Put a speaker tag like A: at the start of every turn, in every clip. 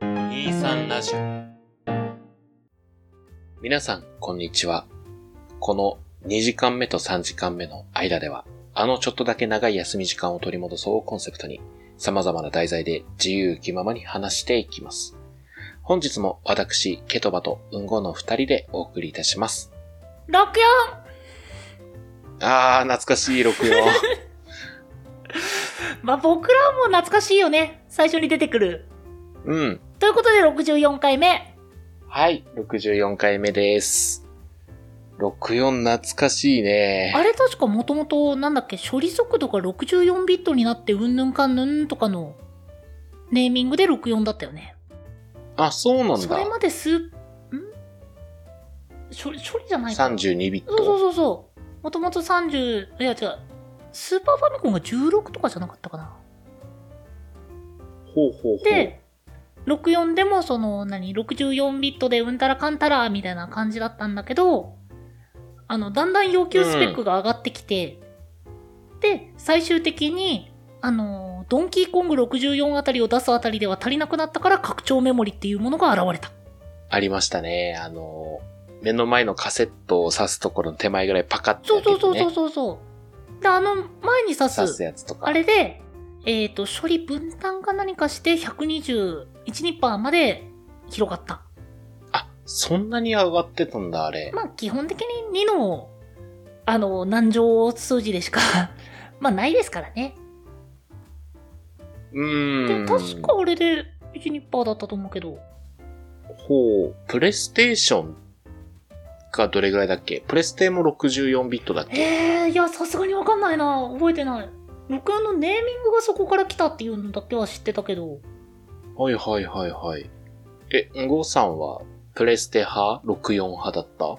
A: B3 ラジオ。皆さん、こんにちは。この2時間目と3時間目の間では、あのちょっとだけ長い休み時間を取り戻そうをコンセプトに、様々な題材で自由気ままに話していきます。本日も私、ケトバとウンゴの二人でお送りいたします。
B: 六四
A: あー、懐かしい64。
B: まあ、僕らも懐かしいよね。最初に出てくる。
A: うん。
B: ということで、64回目。
A: はい、64回目です。64懐かしいね。
B: あれ確かもともと、なんだっけ、処理速度が64ビットになって、うんぬんかんぬんとかの、ネーミングで64だったよね。
A: あ、そうなん
B: それ
A: だ。
B: まです、ん処理、処理じゃないかな。
A: 32ビッ
B: そ
A: ト。
B: うそうそうそう。もともと30、いや違う。スーパーファミコンが16とかじゃなかったかな。
A: ほうほうほう。
B: で、64でもその、何、64ビットでうんたらかんたらみたいな感じだったんだけど、あの、だんだん要求スペックが上がってきて、で、最終的に、あの、ドンキーコング64あたりを出すあたりでは足りなくなったから拡張メモリっていうものが現れた。
A: ありましたね。あの、目の前のカセットを挿すところの手前ぐらいパカッて
B: そ
A: 開
B: う
A: けて、
B: そ
A: ね
B: う。そうそうそう。で、あの、前に刺
A: 挿す
B: す、
A: やつとか。
B: あれで、えっ、と、処理分担か何かして121、2%まで広がった。
A: あ、そんなに上がってたんだ、あれ。
B: まあ、基本的に2の、あの、難乗数字でしか、 まあ、ないですからね。
A: うー
B: で、
A: ん。
B: 確かあれで1、2%だったと思うけど。
A: ほう。プレイステーションがどれぐらいだっけプレステも64ビットだっけ
B: えー、いや、さすがにわかんないな。覚えてない。64のネーミングがそこから来たっていうのだけは知ってたけど。
A: はいはいはいはい。え、ゴーさんはプレステ派 ?64 派だった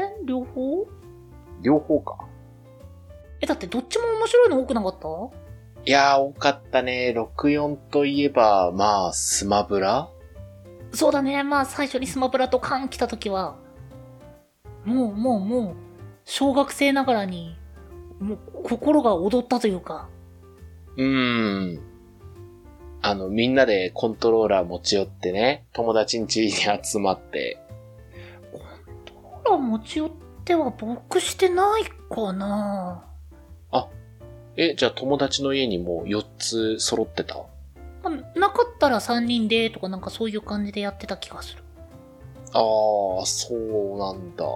B: え、両方
A: 両方か。
B: え、だってどっちも面白いの多くなかった
A: いやー、多かったね。64といえば、まあ、スマブラ
B: そうだね。まあ、最初にスマブラとカン来た時は、もうもうもう、小学生ながらに、もう心が踊ったというか。
A: うーん。あの、みんなでコントローラー持ち寄ってね、友達ん家に集まって。
B: コーラ持ち寄っては僕してないかな
A: え、じゃあ友達の家にもう4つ揃ってた
B: まあなかったら3人でとかなんかそういう感じでやってた気がする。
A: あー、そうなんだ。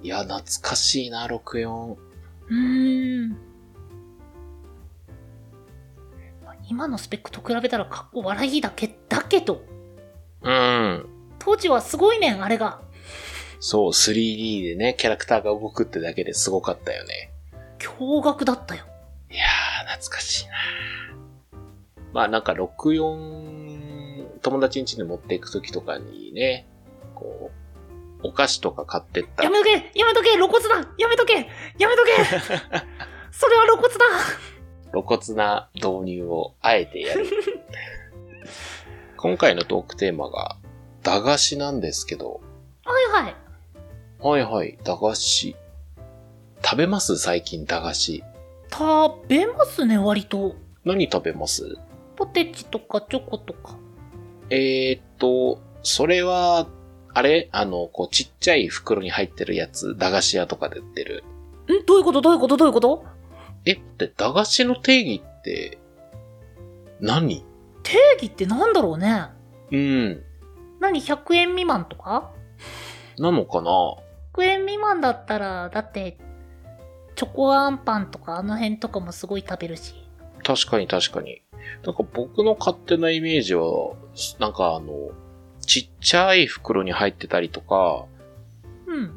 A: いや、懐かしいな、64。
B: うーん。まあ今のスペックと比べたらかっこ悪いだけ、だけど、
A: うん。
B: 当時はすごいねん、あれが。
A: そう、3D でね、キャラクターが動くってだけですごかったよね。
B: 驚愕だったよ。
A: いやー、懐かしいなまあなんか64、友達ん家に持っていくときとかにね、こう、お菓子とか買ってった
B: や。めとけやめとけ露骨だやめとけやめとけそれは露骨だ
A: 露骨な導入をあえてや る。今回のトークテーマが、駄菓子なんですけど、
B: はいはい。
A: はいはい、駄菓子。食べます最近駄菓子。
B: 食べますね、割と。
A: 何食べます
B: ポテチとかチョコとか。
A: えー、っと、それは、あれあの、こう、ちっちゃい袋に入ってるやつ、駄菓子屋とかで売ってる。
B: んどういうことどういうことどういうこと
A: え、って、駄菓子の定義って何、
B: 定義ってなんだろうね
A: うん。
B: 何100円未満とか
A: なのかな
B: ?100 円未満だったら、だって、チョコアンパンとかあの辺とかもすごい食べるし。
A: 確かに確かに。なんか僕の勝手なイメージは、なんかあの、ちっちゃい袋に入ってたりとか、
B: うん。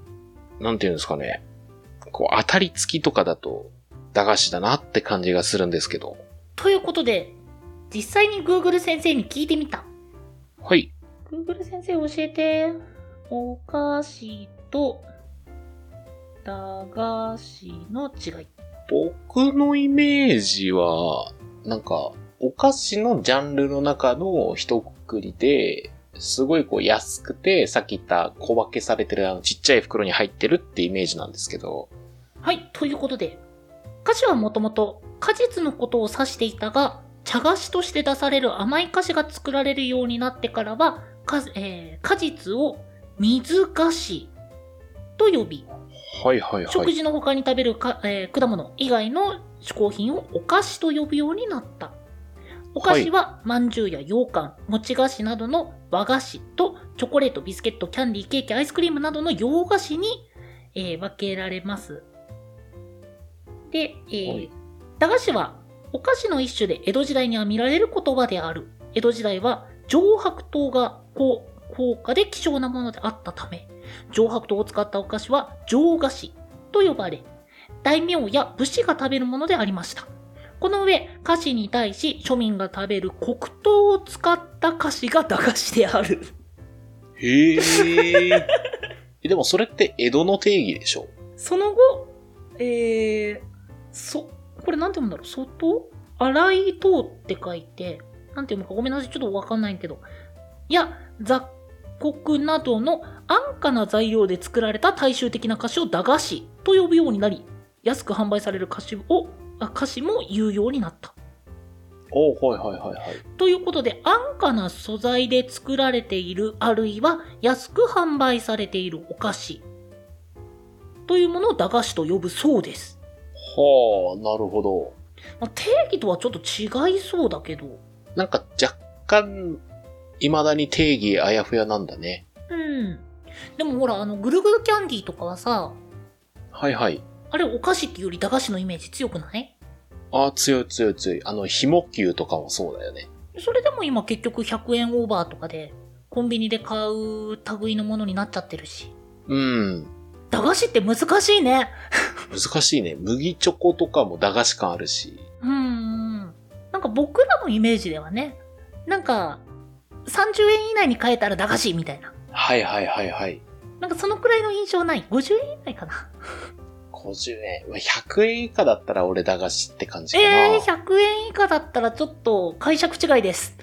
A: なんていうんですかね。こう、当たり付きとかだと、駄菓子だなって感じがするんですけど。
B: ということで、実際に Google 先生に聞いてみた。
A: はい。
B: Google 先生教えて。お菓子と、駄菓子の違い。
A: 僕のイメージは、なんか、お菓子のジャンルの中の一括りで、すごいこう安くて、さっき言った小分けされてるあのちっちゃい袋に入ってるってイメージなんですけど。
B: はい、ということで、菓子はもともと果実のことを指していたが、茶菓子として出される甘い菓子が作られるようになってからは、かえー果実を水菓子と呼び、
A: はいはいは
B: 食
A: い。
B: 事の他に食べるか、えー果物以外の嗜好品をお菓子と呼ぶようになった。お菓子は、まんじゅうや羊羹、餅菓子などの和菓子と、チョコレート、ビスケット、キャンディー、ケーキ、アイスクリームなどの洋菓子に、えー分けられます。で、えー
A: はい
B: 駄菓子はお菓子の一種で江戸時代には見られる言葉である。江戸時代は上白糖が高高価で希少なものであったため、上白糖を使ったお菓子は上菓子と呼ばれ、大名や武士が食べるものでありました。この上、菓子に対し庶民が食べる黒糖を使った菓子が駄菓子である。
A: へえ。でもそれって江戸の定義でしょ
B: その後、えー、そ、これなんて読むんだろう外洗い糖って書いて、なんて読むかごめんなさい、ちょっとわかんないけど。いや、雑穀などの安価な材料で作られた大衆的な菓子を駄菓子と呼ぶようになり、安く販売される菓子を、あ菓子も有用になった。
A: おおはいはいはいはい。
B: ということで、安価な素材で作られている、あるいは安く販売されているお菓子というものを駄菓子と呼ぶそうです。
A: はあ、なるほど。
B: まあ定義とはちょっと違いそうだけど。
A: なんか若干、未だに定義あやふやなんだね。
B: うん。でもほら、あの、ぐるぐるキャンディーとかはさ、
A: はいはい。
B: あれお菓子っていうより駄菓子のイメージ強くない
A: ああ、強い強い強い。あの、ひも球とかもそうだよね。
B: それでも今結局100円オーバーとかで、コンビニで買う類のものになっちゃってるし。
A: うん。
B: 駄菓子って難しいね。
A: 難しいね。麦チョコとかも駄菓子感あるし。
B: うんうん。なんか僕らのイメージではね、なんか、30円以内に買えたら駄菓子みたいな。
A: はいはいはいはい。
B: なんかそのくらいの印象ない。50円以内かな。
A: 50円。まあ100円以下だったら俺駄菓子って感じかな。
B: えー、100円以下だったらちょっと解釈違いです。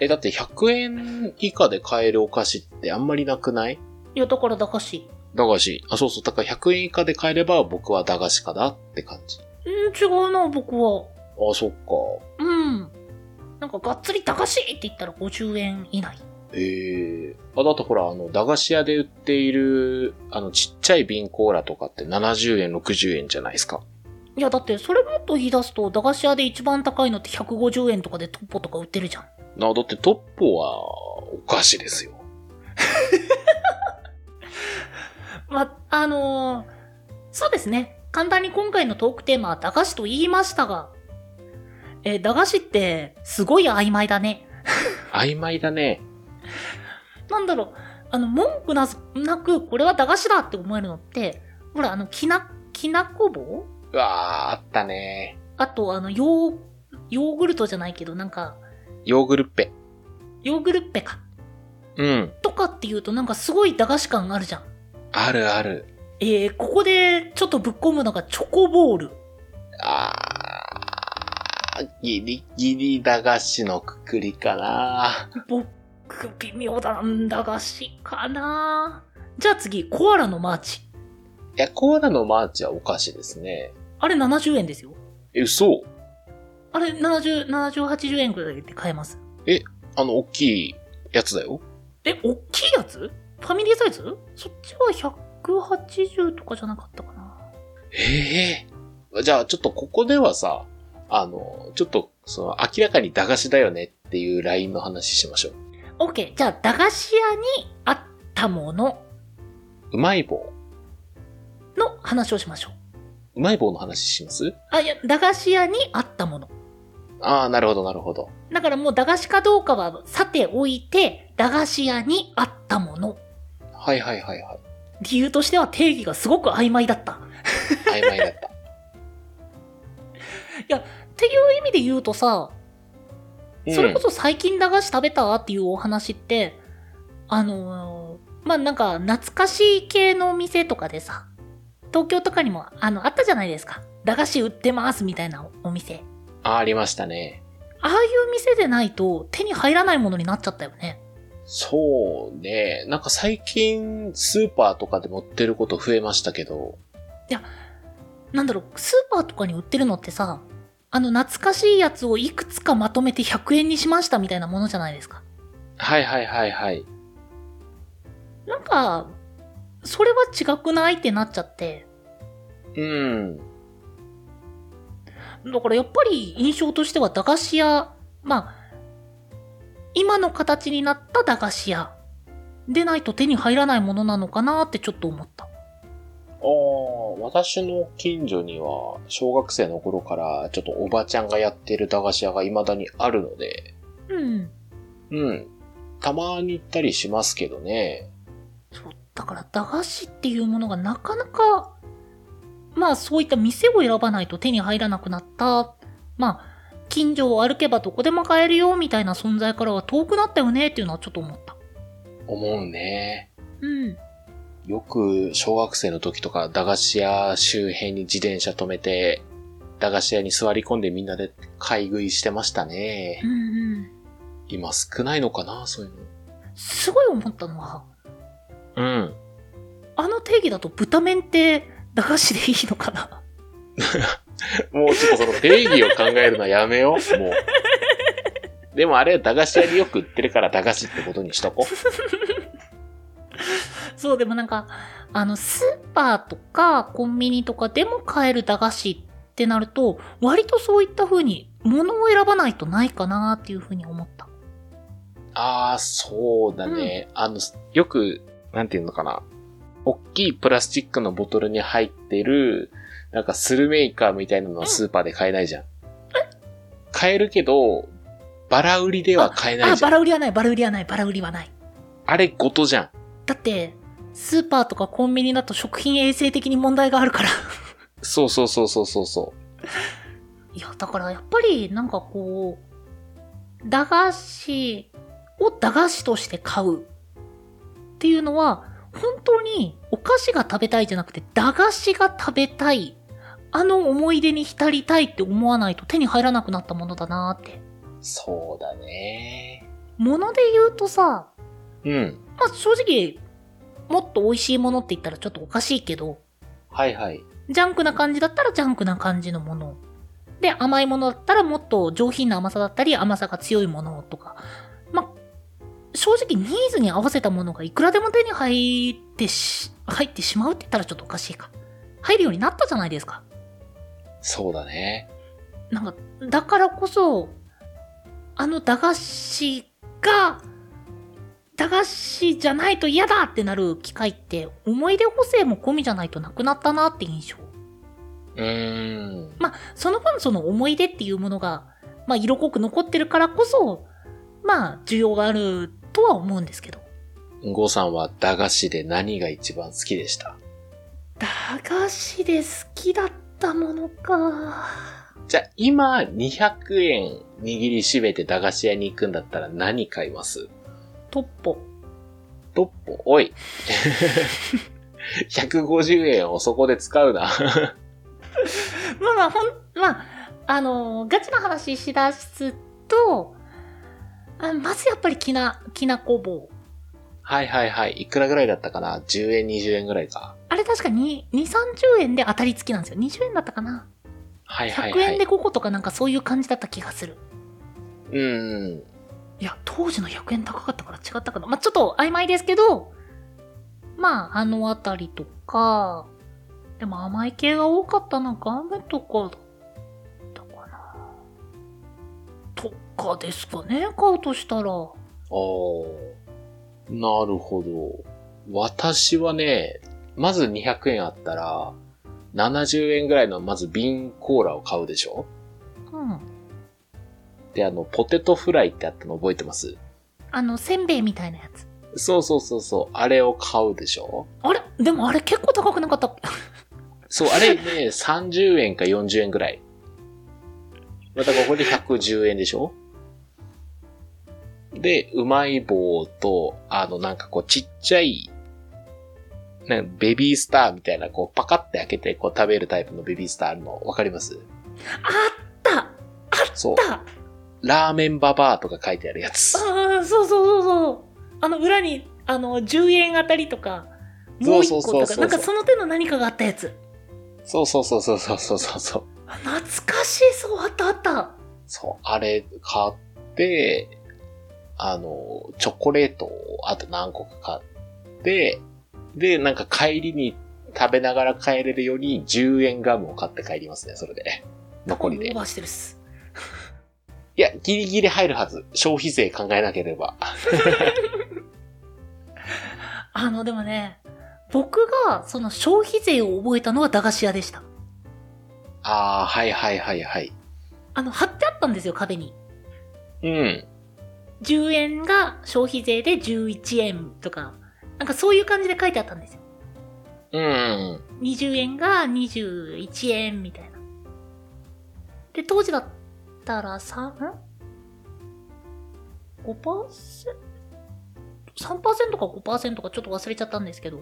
A: え、だって100円以下で買えるお菓子ってあんまりなくない
B: いや、だから駄菓子。
A: 駄菓子。あ、そうそう。だから100円以下で買えれば僕は駄菓子かなって感じ。
B: うん、違うな、僕は。
A: あ、そっか。
B: うん。なんか、がっつり駄菓子って言ったら50円以内。
A: ええあ、だってほら、あの、駄菓子屋で売っている、あの、ちっちゃい瓶コーラとかって70円、60円じゃないですか。
B: いや、だって、それもっと言い出すと、駄菓子屋で一番高いのって150円とかでトッポとか売ってるじゃん。
A: な、だってトッポは、お菓子ですよ。
B: ま、あのーそうですね。簡単に今回のトークテーマは駄菓子と言いましたが、えー駄菓子って、すごい曖昧だね。
A: 曖昧だね。
B: なんだろう、あの、文句なすなく、これは駄菓子だって思えるのって、ほら、あの、きな、きなこ棒
A: うわー、あったね。
B: あと、あの、ヨー、ヨーグルトじゃないけど、なんか、
A: ヨーグルッペ。
B: ヨーグルッペか。
A: うん。
B: とかっていうと、なんかすごい駄菓子感があるじゃん。
A: あるある。
B: えー、ここでちょっとぶっ込むのがチョコボール。
A: あー、ギリギリ駄菓子のくくりかな。
B: 僕、微妙だな、駄菓子かなじゃあ次、コアラのマーチ。
A: いや、コーラのマーチはお菓子ですね。
B: あれ70円ですよ。
A: え、嘘
B: あれ70、70、80円くらいで買えます。
A: あの、大きいやつだよ。
B: え、おっきいやつファミリーサイズそっちは180とかじゃなかったかな
A: ええじゃあ、ちょっとここではさ、あの、ちょっと、その、明らかに駄菓子だよねっていうラインの話しましょう。
B: ?OK、じゃあ駄菓子屋にあったもの
A: うまい棒。
B: の話をしましょう。
A: うまい棒の話します
B: あ、いや、駄菓子屋にあったもの。
A: ああ、なるほど、なるほど。
B: だからもう駄菓子かどうかはさておいて、駄菓子屋にあったもの。
A: はいはいはいは
B: 理由としては定義がすごく曖昧だった。っ
A: い。曖昧だった。
B: ていう意味で言うとさ、それこ
A: そ、
B: そ最近駄菓子食べたっていうお話って、あのーまあ、なんか懐かしい系のお店とかでさ、東京とかにもあの、あったじゃないですか。駄菓子売ってますみたいなお店。
A: あありましたね。
B: ああいう店でないと手に入らないものになっちゃったよね。
A: そうね。なんか最近、スーパーとかで持ってること増えましたけど、
B: なんだろう、スーパーとかに売ってるのってさ、あの、懐かしいやつをいくつかまとめて100円にしましたみたいなものじゃないですか。
A: はいはいはいはい。
B: なんか、それは違くないってなっちゃって。
A: うん。
B: だからやっぱり印象としては駄菓子屋、まあ、今の形になった駄菓子屋でないと手に入らないものなのかなってちょっと思った。
A: ああ、私の近所には、小学生の頃から、ちょっとおばちゃんがやってる駄菓子屋が未だにあるので、
B: うん。
A: うん。たまに行ったりしますけどね。
B: そう。だから駄菓子っていうものがなかなか、まあそういった店を選ばないと手に入らなくなった。まあ、近所を歩けばどこでも買えるよみたいな存在からは遠くなったよねっていうのはちょっと思った。
A: 思うね。
B: うん。
A: よく、小学生の時とか、駄菓子屋周辺に自転車止めて、駄菓子屋に座り込んでみんなで買い食いしてましたね
B: う。んうん。
A: 今少ないのかな、そういうの。
B: すごい思ったのは、
A: うん。
B: あの定義だと豚麺って駄菓子でいいのかな
A: もうちょっとその定義を考えるのはやめよう、もう。でもあれは駄菓子屋によく売ってるから駄菓子ってことにしとこ
B: そう、でもなんか、あの、スーパーとかコンビニとかでも買える駄菓子ってなると、割とそういった風に物を選ばないとないかなっていう風に思った。
A: う。ああ、そうだね。あの、よく、なんていうのかな。大きいプラスチックのボトルに入ってる、なんかスルメイカみたいなのはスーパーで買えないじゃん。買えるけど、バラ売りでは買えな
B: あ、
A: いじゃ
B: バ
A: ん。あ
B: ラ売りはない、バラ売りはない、バラ売りはない。
A: れごとじゃん。
B: だって、スーパーとかコンビニだと食品衛生的に問題があるから。
A: そうそうそうそうそうそう。
B: いや、だからやっぱりなんかこう、駄菓子を駄菓子として買うっていうのは、本当にお菓子が食べたいじゃなくて駄菓子が食べたい。あの思い出に浸りたいって思わないと手に入らなくなったものだなーって。
A: そうだね。
B: もので言うとさ、
A: うん。
B: まあ、正直、もっと美味しいものって言ったらちょっとおかしいけど、
A: はいはい。
B: ジャンクな感じだったらジャンクな感じのもの。で、甘いものだったらもっと上品な甘さだったり、甘さが強いものとか。ま、正直ニーズに合わせたものがいくらでも手に入ってし、入ってしまうって言ったらちょっとおかしいか。入るようになったじゃないですか。
A: そうだね。
B: なんか、だからこそ、あの駄菓子が、駄菓子じゃないと嫌だってなる機会って、思い出補正も込みじゃないとなくなったなって印象。
A: うーん。
B: まあ、その分その思い出っていうものが、まあ、色濃く残ってるからこそ、まあ、需要があるとは思うんですけど。
A: ゴーさんは駄菓子で何が一番好きでした
B: 駄菓子で好きだったものか。
A: じゃあ今200円握りしめて駄菓子屋に行くんだったら何買います
B: トッポ。
A: トッポ、おい。150円をそこで使うな。
B: まあまあ、ほん、まあ、あのーガチな話しだすと、あまずやっぱりきな、きなこ棒。
A: はいはいはい。いくらぐらいだったかな ?10 円、20円ぐらいか。
B: あれ確かに2、30円で当たり付きなんですよ。20円だったかな。
A: はいはい
B: 100
A: は
B: 円
A: い。
B: で5個とかなんかそういう感じだった気がする。
A: うんうん。
B: いや、当時の100円高かったから違ったかな。まあ、ちょっと曖昧ですけど、まあ、あのあたりとか、でも甘い系が多かったな、ガムとかだったかな。とかですかね、買うとしたら。は
A: おー。なるほど。私はね、まず200円あったら、70円ぐらいのまず瓶コーラを買うでしょ
B: うん。
A: で、あの、ポテトフライってあったの覚えてます
B: あの、せんべいみたいなやつ。
A: そうそうそうそう、あれを買うでしょ
B: あれでもあれ結構高くなかったっけ
A: そう、あれね、30円か40円ぐらい。またここで110円でしょで、うまい棒と、あの、なんかこう、ちっちゃい、なんかベビースターみたいな、こう、パカって開けて、こう、食べるタイプのベビースターあるの、わかります
B: あったあ
A: そ
B: った
A: う、ラーメンババアとか書いてあるやつ。
B: ああ、そうそうそうそう。あの、裏に、あの、10円あたりとか、もう一
A: そうそうそう
B: 個とか、
A: そう
B: なんかその手の何かがあったやつ。
A: そうそうそうそうそうそうそう。
B: 懐かしい、そう、あったあった。
A: そう、あれ買って、あの、チョコレートをあと何個か買って、で、なんか帰りに食べながら帰れるように10円ガムを買って帰りますね、それで。残り
B: オ
A: で
B: ー。バーしてるっす。
A: いや、ギリギリ入るはず。消費税考えなければ。
B: あの、でもね、僕が、その消費税を覚えたのは駄菓子屋でした。
A: ああ、はいはいはいはい。
B: あの、貼ってあったんですよ、壁に。
A: うん。
B: 10円が消費税で11円とか、なんかそういう感じで書いてあったんですよ。
A: うん。
B: 20円が21円みたいな。で、当時だったら 3? ん ?5%?3% か5%かちょっと忘れちゃったんですけど、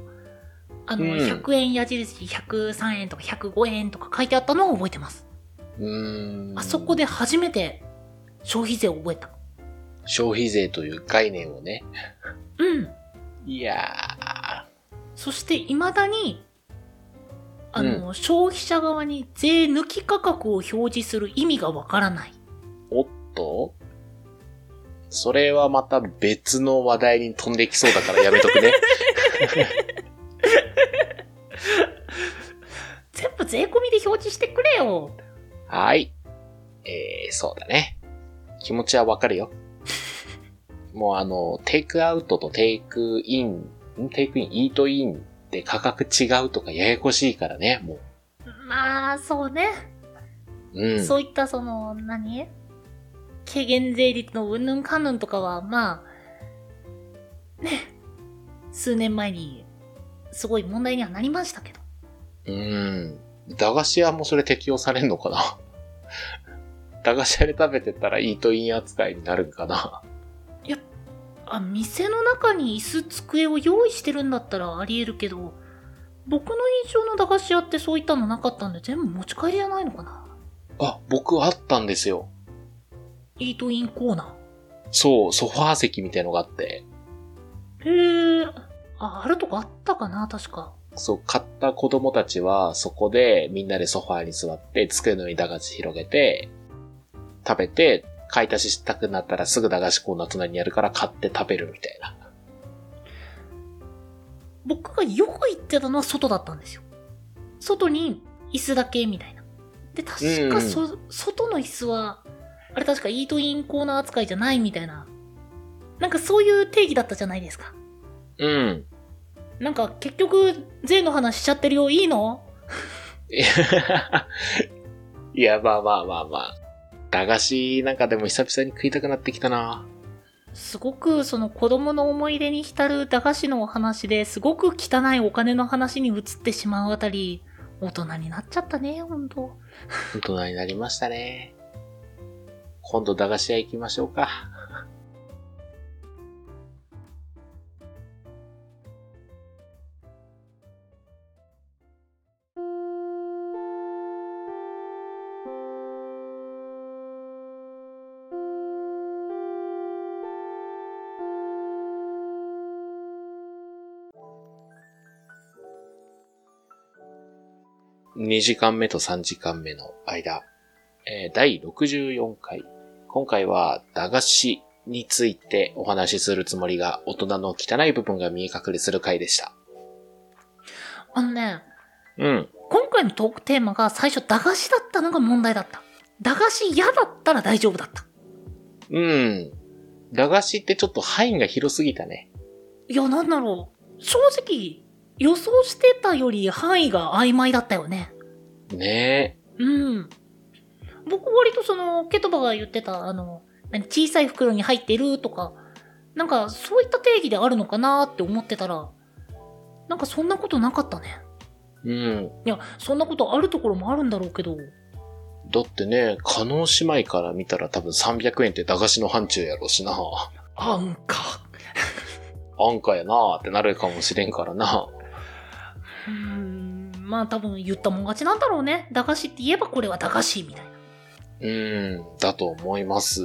B: あの、
A: うん
B: 100円矢印103円とか105円とか書いてあったのを覚えてます。
A: うーん。
B: あそこで。初めて消費税を覚えた。
A: 消費税という概念をね。
B: うん。
A: いや
B: そして、未だに、あの、消費者側に税抜き価格を表示する意味がわからない。
A: ー、おっとそれはまた別の話題に飛んできそうだからやめとくね。
B: 全部税込みで表示してくれよ。
A: はい。えー、そうだね。気持ちはわかるよ。もうあの、テイクアウトとテイクイン、んテイクイン、イートインって価格違うとかややこしいからね、も
B: まあ、そうね。
A: う。うん。
B: そういったその、何軽減税率のうんぬんかんぬんとかは、まあ、ね、数年前に、すごい問題にはなりましたけど。
A: うん。駄菓子屋もそれ適用されんのかな駄菓子屋で食べてたらイートイン扱いになるんかな
B: あ、店の中に椅子、机を用意してるんだったらあり得るけど、僕の印象の駄菓子屋ってそういったのなかったんで、全部持ち帰りじゃないのかな
A: あ、僕あったんですよ。
B: イートインコーナ
A: そう、ソファー席みたいのがあって、
B: ー。へえ。あ、あるとこあったかな確か。
A: そう、買った子供たちはそこでみんなでソファーに座って、机の上に駄菓子広げて、食べて、買い足ししたくなったらすぐ駄菓子コーナー隣にあるから買って食べるみたいな。
B: 僕がよく行ってたのは外だったんですよ。外に椅子だけみたいな。で、確かそ、外の椅子は、あれ確かイートインコーナー扱いじゃないみたいな。なんかそういう定義だったじゃないですか。
A: うん。
B: なんか結局、税の話しちゃってるよ、いいの
A: いや、まあまあまあまあ。駄菓子なんかでも久々に食いたくなってきたな。
B: すごくその子供の思い出に浸る駄菓子のお話ですごく汚いお金の話に移ってしまうあたり、大人になっちゃったね、ほんと。
A: 大人になりましたね。今度駄菓子屋行きましょうか。2時間目と3時間目の間、えー第64回。今回は駄菓子についてお話しするつもりが大人の汚い部分が見え隠れする回でした。
B: あのね、
A: うん。
B: 今回のトークテーマが最初駄菓子だったのが問題だった。駄菓子嫌だったら大丈夫だった。
A: うん。駄菓子ってちょっと範囲が広すぎたね。
B: いや、なんだろう。正直、予想してたより範囲が曖昧だったよね。
A: ね
B: うん。僕割とその、ケトバが言ってた、あの、何小さい袋に入ってるとか、なんかそういった定義であるのかなって思ってたら、なんかそんなことなかったね。
A: え。うん。
B: いや、そんなことあるところもあるんだろうけど、
A: だってね、加納姉妹から見たら多分300円って駄菓子の範疇やろうしな。
B: あんか。
A: 安価やなーってなるかもしれんからな。
B: うーん、まあ多分言ったもん勝ちなんだろうね。駄菓子って言えばこれは駄菓子みたいな。
A: うん、だと思います。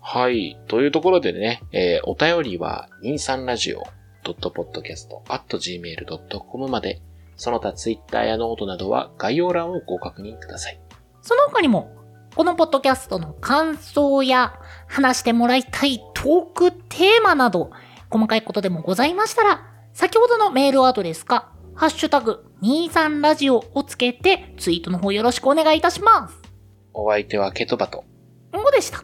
A: はい。というところでね、えーお便りは、23radio.podcast.gmail.com まで、その他 Twitter やノートなどは概要欄をご確認ください。
B: その他にも、このポッドキャストの感想や話してもらいたいトークテーマなど、細かいことでもございましたら、先ほどのメールアドレスか、ハッシュタグ23ラジオをつけて、ツイートの方よろしくお願いいたします。
A: お相手はケトバと。
B: んごでした。